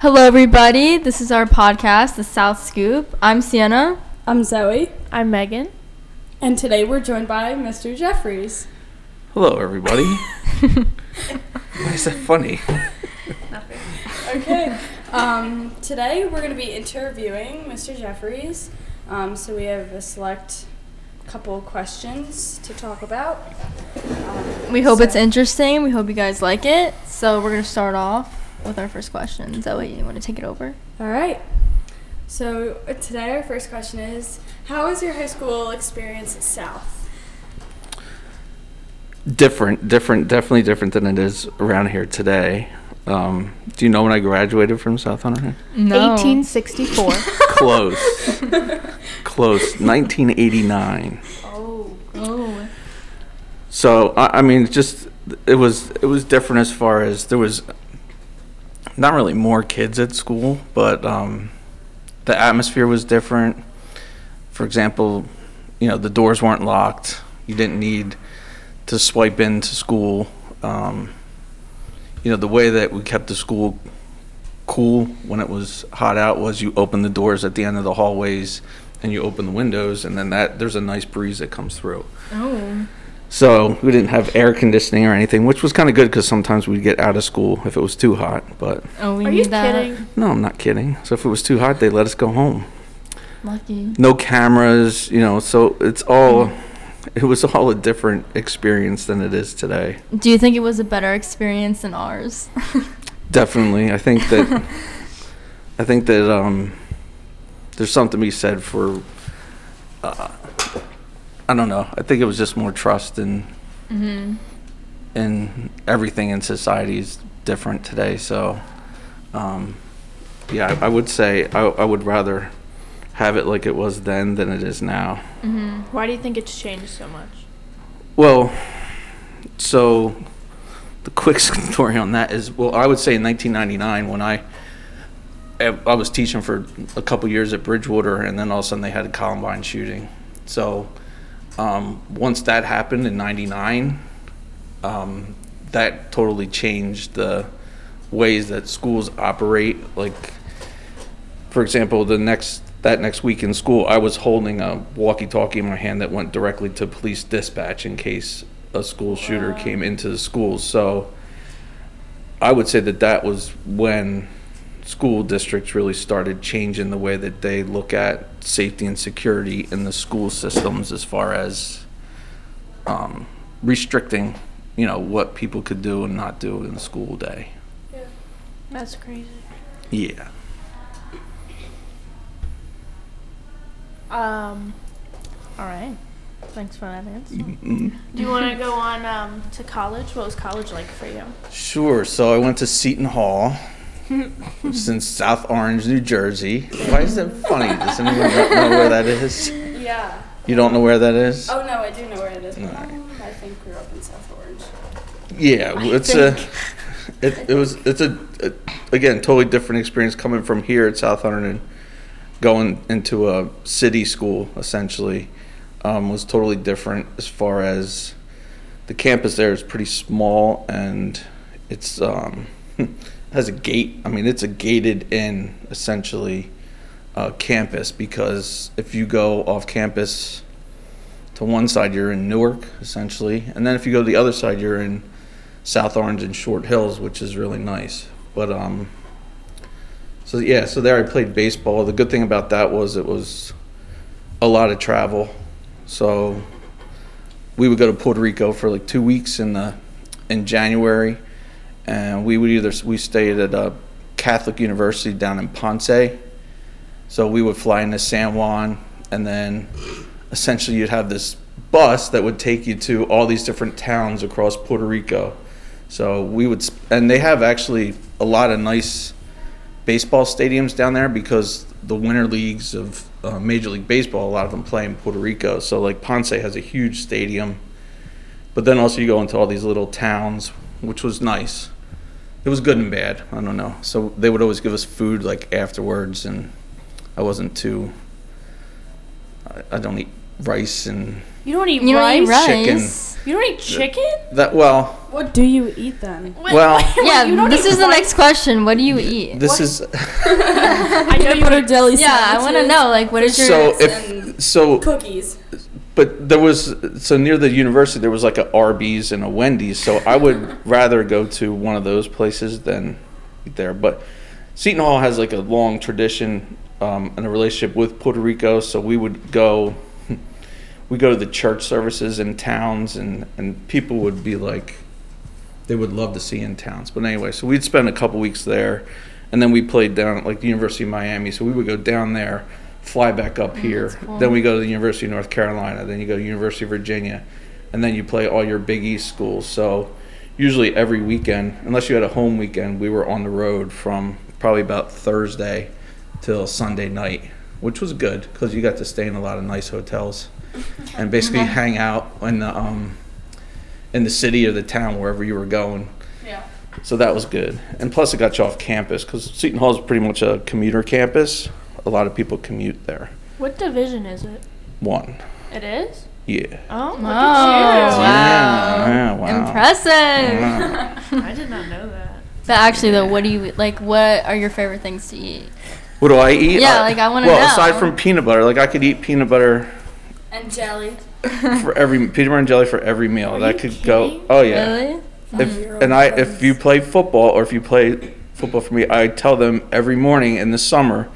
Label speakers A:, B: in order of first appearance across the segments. A: Hello, everybody. This is our podcast, The South Scoop. I'm Sienna.
B: I'm Zoe,
C: I'm Megan.
B: and today we're joined by Mr. Jeffries.
D: Hello, everybody. Why is that funny?
B: Okay. um, today we're going to be interviewing Mr. Jeffries. Um, so we have a select couple questions to talk about. Um,
A: We hope
B: so-
A: it's interesting. We hope you guys like it. So, we're going to start off with our first question. Zoe, you want to take it over?
B: All right. So uh, today our first question is How was your high school experience at South?
D: Different, different, definitely different than it is around here today. Um, do you know when I graduated from South Hunter?
A: No.
C: 1864.
D: Close. Close. 1989.
B: Oh.
A: Oh.
D: So I, I mean, just it was it was different as far as there was not really more kids at school, but um, the atmosphere was different. For example, you know the doors weren't locked. You didn't need to swipe into school. Um, you know the way that we kept the school cool when it was hot out was you open the doors at the end of the hallways and you open the windows and then that there's a nice breeze that comes through.
A: Oh.
D: So we didn't have air conditioning or anything, which was kind of good because sometimes we'd get out of school if it was too hot. But
A: Oh, we
C: Are
A: need
C: you
A: that.
C: kidding?
D: no, I'm not kidding. So if it was too hot, they let us go home.
A: Lucky.
D: No cameras, you know. So it's all, it was all a different experience than it is today.
A: Do you think it was a better experience than ours?
D: Definitely, I think that, I think that um, there's something to be said for, uh, I don't know. I think it was just more trust and
A: mm-hmm.
D: and everything in society is different today. So, um, yeah, I, I would say I, I would rather have it like it was then than it is now.
A: Mm-hmm.
C: Why do you think it's changed so much?
D: Well, so the quick story on that is well, I would say in 1999 when I eh, I I was teaching for a couple years at Bridgewater, and then all of a sudden they had a Columbine shooting. So um, once that happened in '99, um, that totally changed the ways that schools operate. Like, for example, the next that next week in school, I was holding a walkie-talkie in my hand that went directly to police dispatch in case a school shooter came into the school. So I would say that that was when school districts really started changing the way that they look at safety and security in the school systems as far as um, restricting, you know, what people could do and not do in the school day.
C: That's crazy.
D: Yeah.
C: Um, all right. Thanks for that answer.
D: Mm-hmm.
C: Do you want to go on um, to college? What was college like for you?
D: Sure. So I went to Seton Hall, which is in South Orange, New Jersey. Why is that funny? Does anyone not know where that is?
B: Yeah.
D: You don't know where that is?
B: Oh no, I do know where it is.
D: All right.
B: Um, I think we we're up in South Orange.
D: Yeah, well, it's a, it, it was it's a, a again totally different experience coming from here at South Hunter and going into a city school essentially um, was totally different as far as the campus there is pretty small and it's um, has a gate. I mean, it's a gated in essentially uh, campus because if you go off campus to one side you're in Newark essentially, and then if you go to the other side you're in South Orange and Short Hills, which is really nice. But um, so yeah, so there I played baseball. The good thing about that was it was a lot of travel, so we would go to Puerto Rico for like two weeks in the in January, and we would either we stayed at a Catholic university down in Ponce, so we would fly into San Juan, and then essentially you'd have this bus that would take you to all these different towns across Puerto Rico. So we would, sp- and they have actually a lot of nice baseball stadiums down there because the winter leagues of uh, Major League Baseball, a lot of them play in Puerto Rico. So like Ponce has a huge stadium, but then also you go into all these little towns, which was nice. It was good and bad. I don't know. So they would always give us food like afterwards, and I wasn't too. I, I don't eat rice and
C: You don't eat
A: You don't eat
C: rice?
A: rice.
D: chicken.
C: You don't eat chicken?
D: That well,
B: What do you eat then?
C: Wait,
D: Well-
C: you
A: yeah,
C: don't
A: this
C: eat
A: is the
C: white-
A: next question. What do you eat?
D: this is
C: I know you
B: Peanut butter jelly
A: yeah, I want to
B: sandwiches,
A: know. Like, what is your?
D: so
B: Yes,
D: if
B: and-
D: so
B: Cookies.
D: but there was so near the university there was like a Arby's and a Wendy's, so I would rather go to one of those places than there. But Seton Hall has like a long tradition um, and a relationship with Puerto Rico, so we would go. We go to the church services in towns, and and people would be like, they would love to see in towns. But anyway, so we'd spend a couple weeks there, and then we played down at like the University of Miami. So we would go down there, fly back up here. Then we go to the University of North Carolina. Then you go to University of Virginia, and then you play all your Big East schools. So usually every weekend, unless you had a home weekend, we were on the road from probably about Thursday till Sunday night, which was good because you got to stay in a lot of nice hotels and basically hang out in the um, in the city or the town wherever you were going.
C: Yeah.
D: So that was good. And plus, it got you off campus because Seton Hall is pretty much a commuter campus. A lot of people commute there.
C: What division is it?
D: One,
C: It is?
D: yeah.
C: Oh, look
A: Oh,
C: at
A: wow.
D: Yeah, wow.
A: Impressive.
D: Wow.
C: you. I did not know that.
A: But actually, though, what do you like? What are your favorite things to eat?
D: What do I eat?
A: Yeah,
D: I-
A: like, I wanna
D: Well,
A: know.
D: aside from peanut butter, like I could eat peanut butter
B: And jelly.
D: for every peanut butter and jelly for every meal.
C: Are
D: that
C: you
D: could
C: kidding?
D: go. Oh yeah.
A: Really?
D: If and I, if you play football or if you play football for me, I tell them every morning in the summer,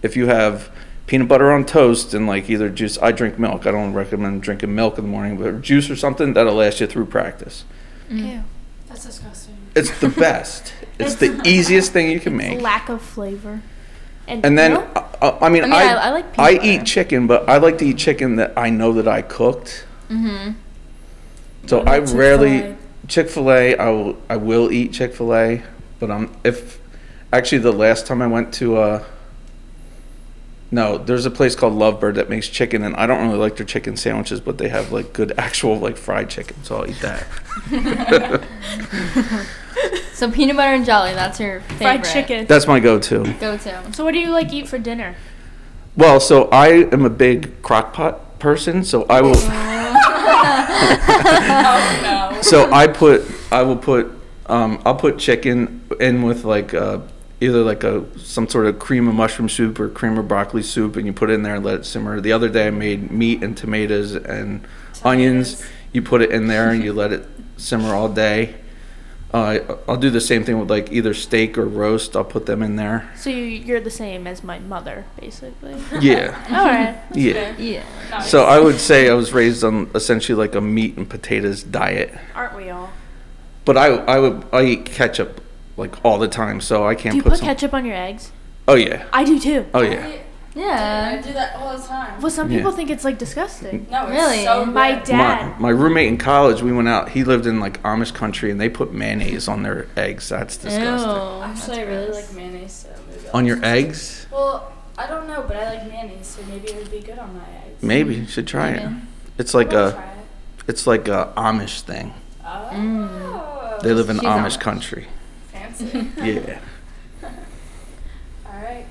D: if you have peanut butter on toast and like either juice, I drink milk. I don't recommend drinking milk in the morning, but juice or something that'll last you through practice.
A: Mm.
C: Ew. That's disgusting.
D: It's the best. it's the easiest thing you can make.
C: Lack of flavor.
D: And then
C: milk?
D: I, I- I mean,
A: I
D: I
A: mean, I- I like
D: I
A: peanut butter.
D: eat chicken, but I like to eat chicken that I know that I cooked.
A: Mm-hmm.
D: So
B: What
D: I
B: about
D: rarely
B: Chick-fil-A?
D: Chick Fil A. I will I will eat Chick Fil A, but um if actually the last time I went to uh no, there's a place called Lovebird that makes chicken, and I don't really like their chicken sandwiches, but they have like good actual like fried chicken, so I'll eat that.
A: So peanut butter and jelly. That's your favorite.
C: fried chicken.
D: That's my go-to.
A: Go-to.
C: So what do you like eat for dinner?
D: Well, so I am a big crock pot person, so I will.
B: oh no.
D: so I put I will put um, I'll put chicken in with like uh, either like a some sort of cream of mushroom soup or cream of broccoli soup, and you put it in there and let it simmer. The other day I made meat and tomatoes and onions. You put it in there and you let it simmer all day. Uh, I'll do the same thing with like either steak or roast. I'll put them in there.
C: So you, you're the same as my mother, basically.
D: Yeah,
C: All right.
D: yeah.
A: Yeah.
D: So I would say I was raised on essentially like a meat and potatoes diet.
C: Aren't we all?
D: But I I would I eat ketchup like all the time, so I can't
C: Do you
D: put,
C: put
D: some.
C: ketchup on your eggs?
D: Oh yeah,
C: I do too.
D: oh yeah.
B: I
A: Yeah.
B: do that all the time.
C: Well, some
D: Yeah.
C: people think it's like disgusting.
B: No, it's
A: Really?
B: so
C: My
B: good.
D: My,
C: dad.
D: my roommate in college, we went out. He lived in like Amish country, and they put mayonnaise on their eggs. That's disgusting.
A: Ew.
B: Actually, I really like mayonnaise. So maybe I'll-
D: On your eggs,
B: Well, I don't know, but I like mayonnaise, so maybe it would be good on my eggs.
D: maybe you should try it.
A: Maybe.
D: It's like uh,
B: I'll
D: a
B: try it.
D: it's like a Amish thing.
B: Oh,
D: They live in
A: She's
D: Amish,
A: Amish.
D: country.
B: fancy.
D: Yeah.
B: All right.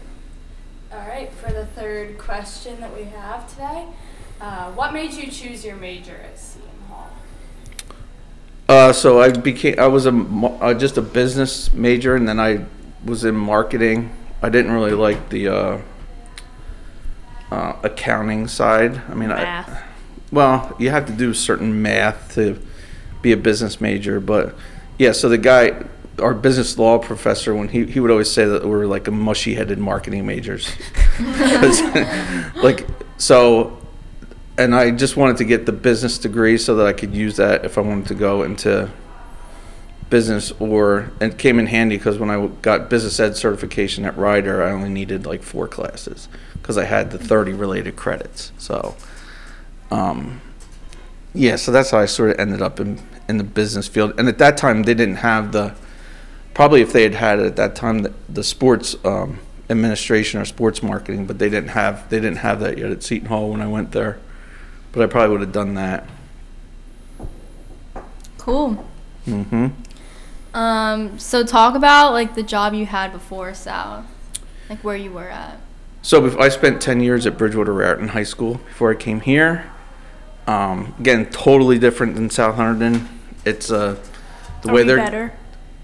B: All right, for the third question that we have today, uh, what made you choose your major at Seton Hall?
D: Uh, so I became I was a mo- uh, just a business major, and then I was in marketing. I didn't really like the uh, uh, accounting side. I mean, I,
C: Math.
D: well, you have to do certain math to be a business major, but yeah. So the guy, our business law professor, when he he would always say that we're like a mushy-headed marketing majors, 'Cause, like so. And I just wanted to get the business degree so that I could use that if I wanted to go into business or and it came in handy because when I w- got business ed certification at Ryder, I only needed like four classes because I had the 30 related credits. So, um, yeah, so that's how I sort of ended up in in the business field. And at that time, they didn't have the probably if they had had it at that time the, the sports um, administration or sports marketing, but they didn't have they didn't have that yet at Seton Hall when I went there. But I probably would have done that.
A: Cool.
D: hmm
A: Um. So talk about like the job you had before South, like where you were at.
D: So bef- I spent 10 years at Bridgewater Raritan High School before I came here. Um, again, totally different than South Hunterdon. It's uh, the
C: Are
D: way
C: we
D: they're.
C: better?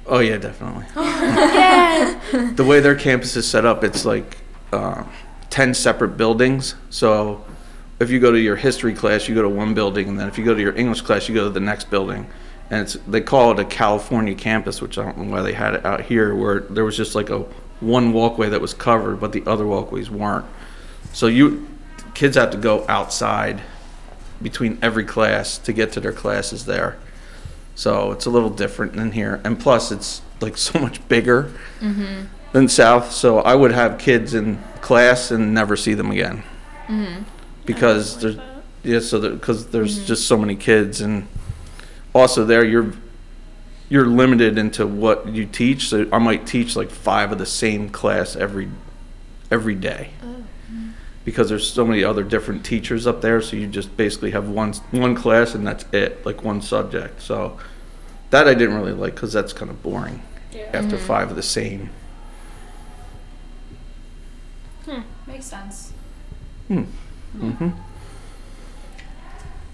D: Oh yeah, definitely.
C: yeah.
D: the way their campus is set up, it's like uh, ten separate buildings. So if you go to your history class, you go to one building, and then if you go to your English class, you go to the next building. And it's they call it a California campus, which I don't know why they had it out here, where there was just like a one walkway that was covered, but the other walkways weren't. So you kids have to go outside between every class to get to their classes there. So it's a little different than here, and plus it's like so much bigger than South. So I would have kids in class and never see them again because there's yeah, so because there's just so many kids, and also there you're you're limited into what you teach. So I might teach like five of the same class every every day because there's so many other different teachers up there. So you just basically have one one class and that's it, like one subject. So that I didn't really like because that's kind of boring
B: Yeah.
D: after five of the same.
B: Makes sense.
D: Mm-hmm.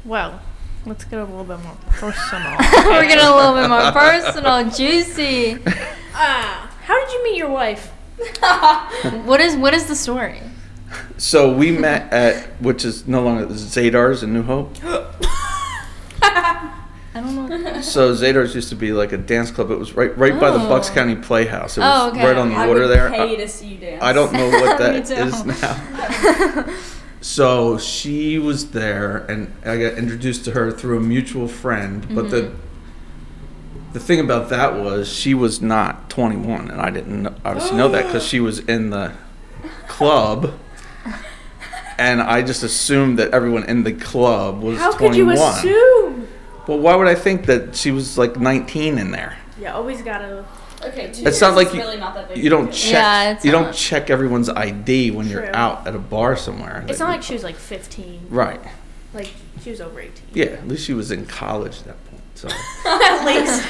C: Well, let's get a little bit more personal.
A: We're getting a little bit more personal, juicy.
C: Ah, how did you meet your wife?
A: What is what is the story?
D: So we met at which is no longer Zadar's in New Hope.
A: I don't know.
D: So Zadar's used to be like a dance club. It was right right by the Bucks
A: Oh.
D: County Playhouse. It
A: Oh,
D: was
A: okay.
D: right on the
B: I
D: water
B: would
D: there.
B: pay
D: I-
B: to see you dance.
D: I don't know what
A: Me
D: that
A: too.
D: is now. So she was there, and I got introduced to her through a mutual friend. But the
C: Mm-hmm.
D: the thing about that was she was not 21, and I didn't kn- obviously know that because she was in the club. And I just assumed that everyone in the club was
C: How
D: 21.
C: could you assume?
D: Well, why would I think that she was like 19 in there?
C: You always gotta.
B: Okay, two years
D: It's not like
B: is
D: you-
B: really not that big.
D: You don't check.
A: Yeah, it's
D: you don't
A: not-
D: check everyone's ID when
C: True.
D: you're out at a bar somewhere.
C: It's not like she was like 15.
D: right.
C: Like she was over 18.
D: Yeah, at least she was in college at that point. So,
C: At least.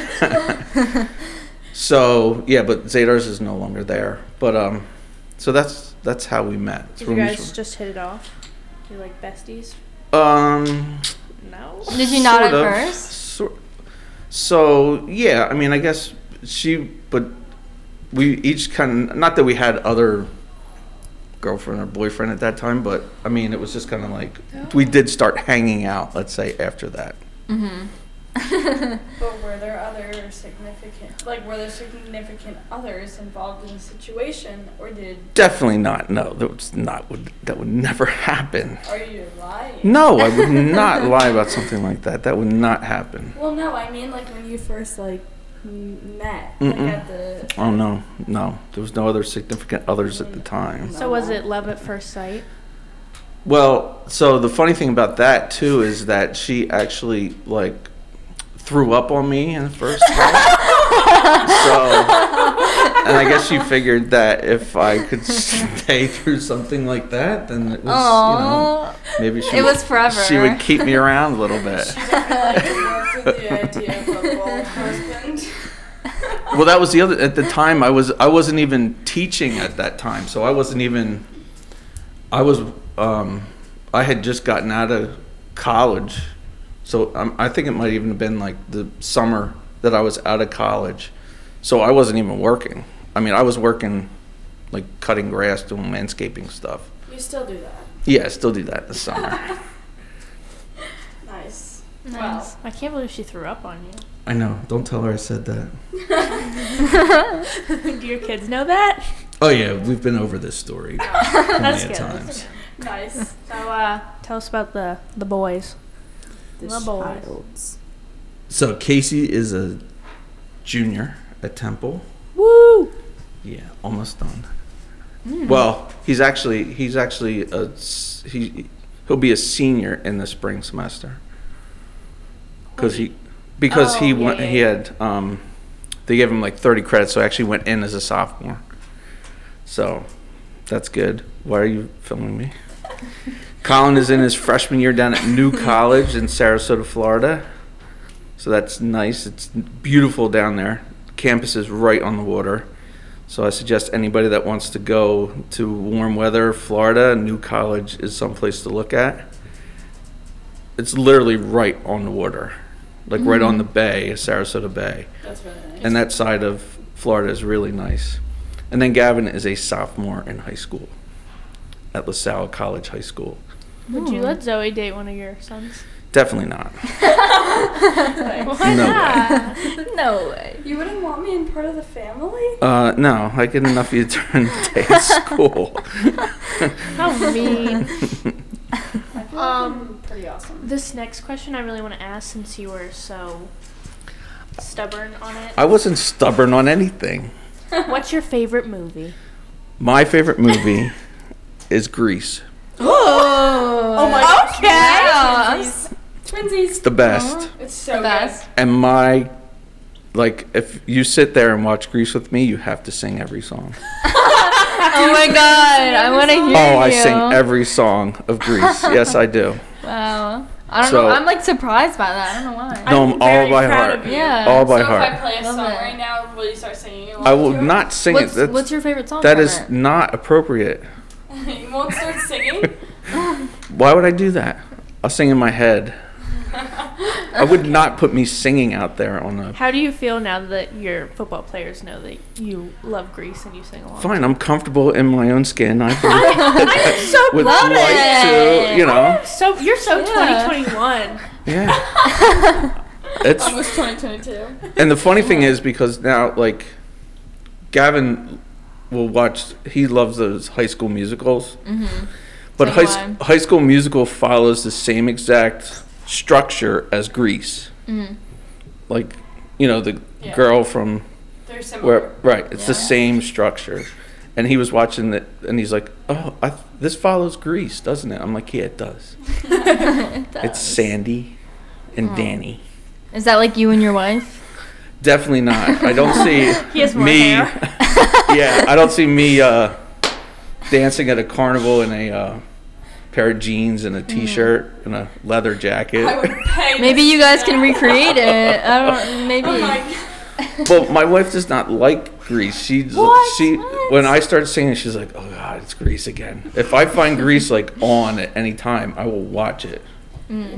D: so yeah, but Zadar's is no longer there. But um, so that's that's how we met. It's
C: Did you
D: when we
C: guys
D: sort-
C: just hit it off? You like besties?
D: um,
C: No.
A: Did you not at
D: sort of,
A: first?
D: sor- so yeah, I mean, I guess she, but we each kind of not that we had other girlfriend or boyfriend at that time, but I mean, it was just kind of like we did start hanging out. Let's say after that. Mm-hmm.
B: But were there other significant, like, were there significant others involved in the situation, or did
D: Definitely not. No, that was not would that would never happen.
B: are you lying?
D: No, I would not lie about something like that. That would not happen.
B: Well, no, I mean like when you first like m- met, like
D: Mm-mm.
B: at the.
D: Oh no, no. There was no other significant others at the time.
B: Oh,
C: So was it love at first sight?
D: Well, so the funny thing about that too is that she actually like threw up on me in the first place. so and I guess she figured that if I could stay through something like that, then it was
A: Oh,
D: you know maybe she
A: it
D: would-
A: was forever.
D: She would keep me around a little bit.
B: like worked with the idea of a bald husband?
D: well that was the other at the time i was i wasn't even teaching at that time so i wasn't even i was um i had just gotten out of college so um, i think it might even have been like the summer that i was out of college so i wasn't even working i mean i was working like cutting grass doing landscaping stuff
B: You still do that.
D: yeah i still do that in the summer
B: Nice.
A: Nice.
C: I can't believe she threw up on
D: i know don't tell her i said that
C: you. Do your kids know that?
D: oh yeah we've been over this story
B: Oh.
C: That's
D: plenty
C: good.
D: of times
B: Wow. Nice.
C: So uh, tell us about the the boys. The boys.
B: childs.
D: So Casey is a junior at Temple.
C: Woo!
D: Yeah, almost done.
C: Hmm.
D: Well, he's actually he's actually a s- he he'll be a senior in the spring semester. Cuz he because he
C: Oh, yeah,
D: went
C: yeah,
D: he
C: yeah.
D: had um they gave him like 30 credits so he actually went in as a sophomore. So that's good. Why are you filming me? Colin is in his freshman year down at New College in Sarasota, Florida. So that's nice. It's beautiful down there. Campus is right on the water. So I suggest anybody that wants to go to warm weather, Florida, New College is someplace to look at. it's literally right on the water, like right on the bay, Sarasota Bay,
B: That's really nice.
D: and that side of Florida is really nice. And then Gavin is a sophomore in high school at LaSalle College High School.
C: Would you let Zoe date one of your sons?
D: Definitely not.
C: Why
D: No way.
C: not?
A: No way.
B: You wouldn't want me in part of the family?
D: Uh, no, I get enough you during the day at school.
C: How
B: I
C: mean.
B: feel
C: Um,
B: like I'm pretty awesome.
C: This next question I really want to ask since you were so stubborn on it.
D: I wasn't stubborn on anything.
C: What's your favorite movie?
D: My favorite movie is Grease.
A: Oh,
B: my gosh.
A: Okay.
B: Yeah,
A: Yes.
B: Twinsies.
D: The best.
B: It's so
A: The best.
D: And my, like, if you sit there and watch Grease with me, you have to sing every song.
A: Oh my god, I want to hear you.
D: Oh, I sing every song of Greece. Yes, I do.
A: Wow. I don't
D: So-
A: know. I'm like surprised by that. I don't know why.
D: No,
C: I'm
D: I'm, all
C: very
D: by
C: proud
D: heart.
C: of you.
A: Yeah.
D: All by
B: so if I
D: heart.
B: play a
A: Love
B: song
A: it.
B: right now, will you start singing along
D: I will
B: to it?
D: not sing
A: what's,
D: it. That's,
A: what's your favorite song?
D: that
A: from
D: is
A: it?
D: not appropriate.
B: you won't start singing?
D: Why would I do that? I'll sing in my head. I would not put me singing out there on a.
C: How do you feel now that your football players know that you love Grease and you sing along?
D: Fine, I'm comfortable in my own skin. I would-
C: So
D: would
A: Love
D: like to,
A: it.
D: you know.
C: so you're so
A: Yeah.
C: 2021.
D: Yeah. It's
B: Almost 2022.
D: And the funny thing is because now like Gavin will watch he loves those high school musicals. Mm-hmm. But
A: So
D: high,
A: do
D: S- high school musical follows the same exact structure as Grease.
A: Mhm.
D: Like, you know, the
B: Yeah.
D: girl from
B: They're similar.
D: where right, it's the
A: Yeah.
D: same structure. And he was watching it and he's like, "Oh, I, th- this follows Grease, doesn't it?" I'm like, "Yeah, it does."
A: It does.
D: It's Sandy and Danny.
A: Mm-hmm. Is that like you and your wife?
D: Definitely not. I don't see
C: He has more
D: me.
C: hair.
D: yeah, I don't see me uh, dancing at a carnival in a uh, pair of jeans and a t-shirt and a leather jacket.
B: I would pay.
A: Maybe
B: this
A: you guys
B: now.
A: can recreate it. I don't. Maybe.
B: Oh my god.
D: well, my wife does not like Grease. She's
A: What?
D: she
A: What?
D: when I start singing, she's like, "Oh God, it's Grease again." If I find Grease like on at any time, I will watch it.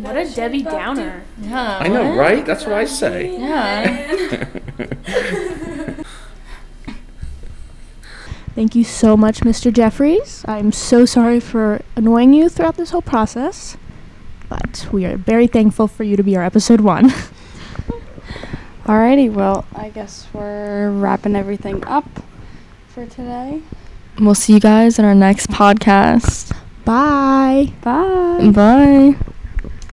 C: What a Debbie Downer.
A: yeah.
D: I know,
A: what?
D: right? That's what I say.
A: Yeah.
E: Thank you so much, Mr. Jeffries. I'm so sorry for annoying you throughout this whole process, but we are very thankful for you to be our episode one.
B: Alrighty, well, I guess we're wrapping everything up for today.
A: We'll see you guys in our next podcast.
E: Bye.
B: Bye.
A: Bye.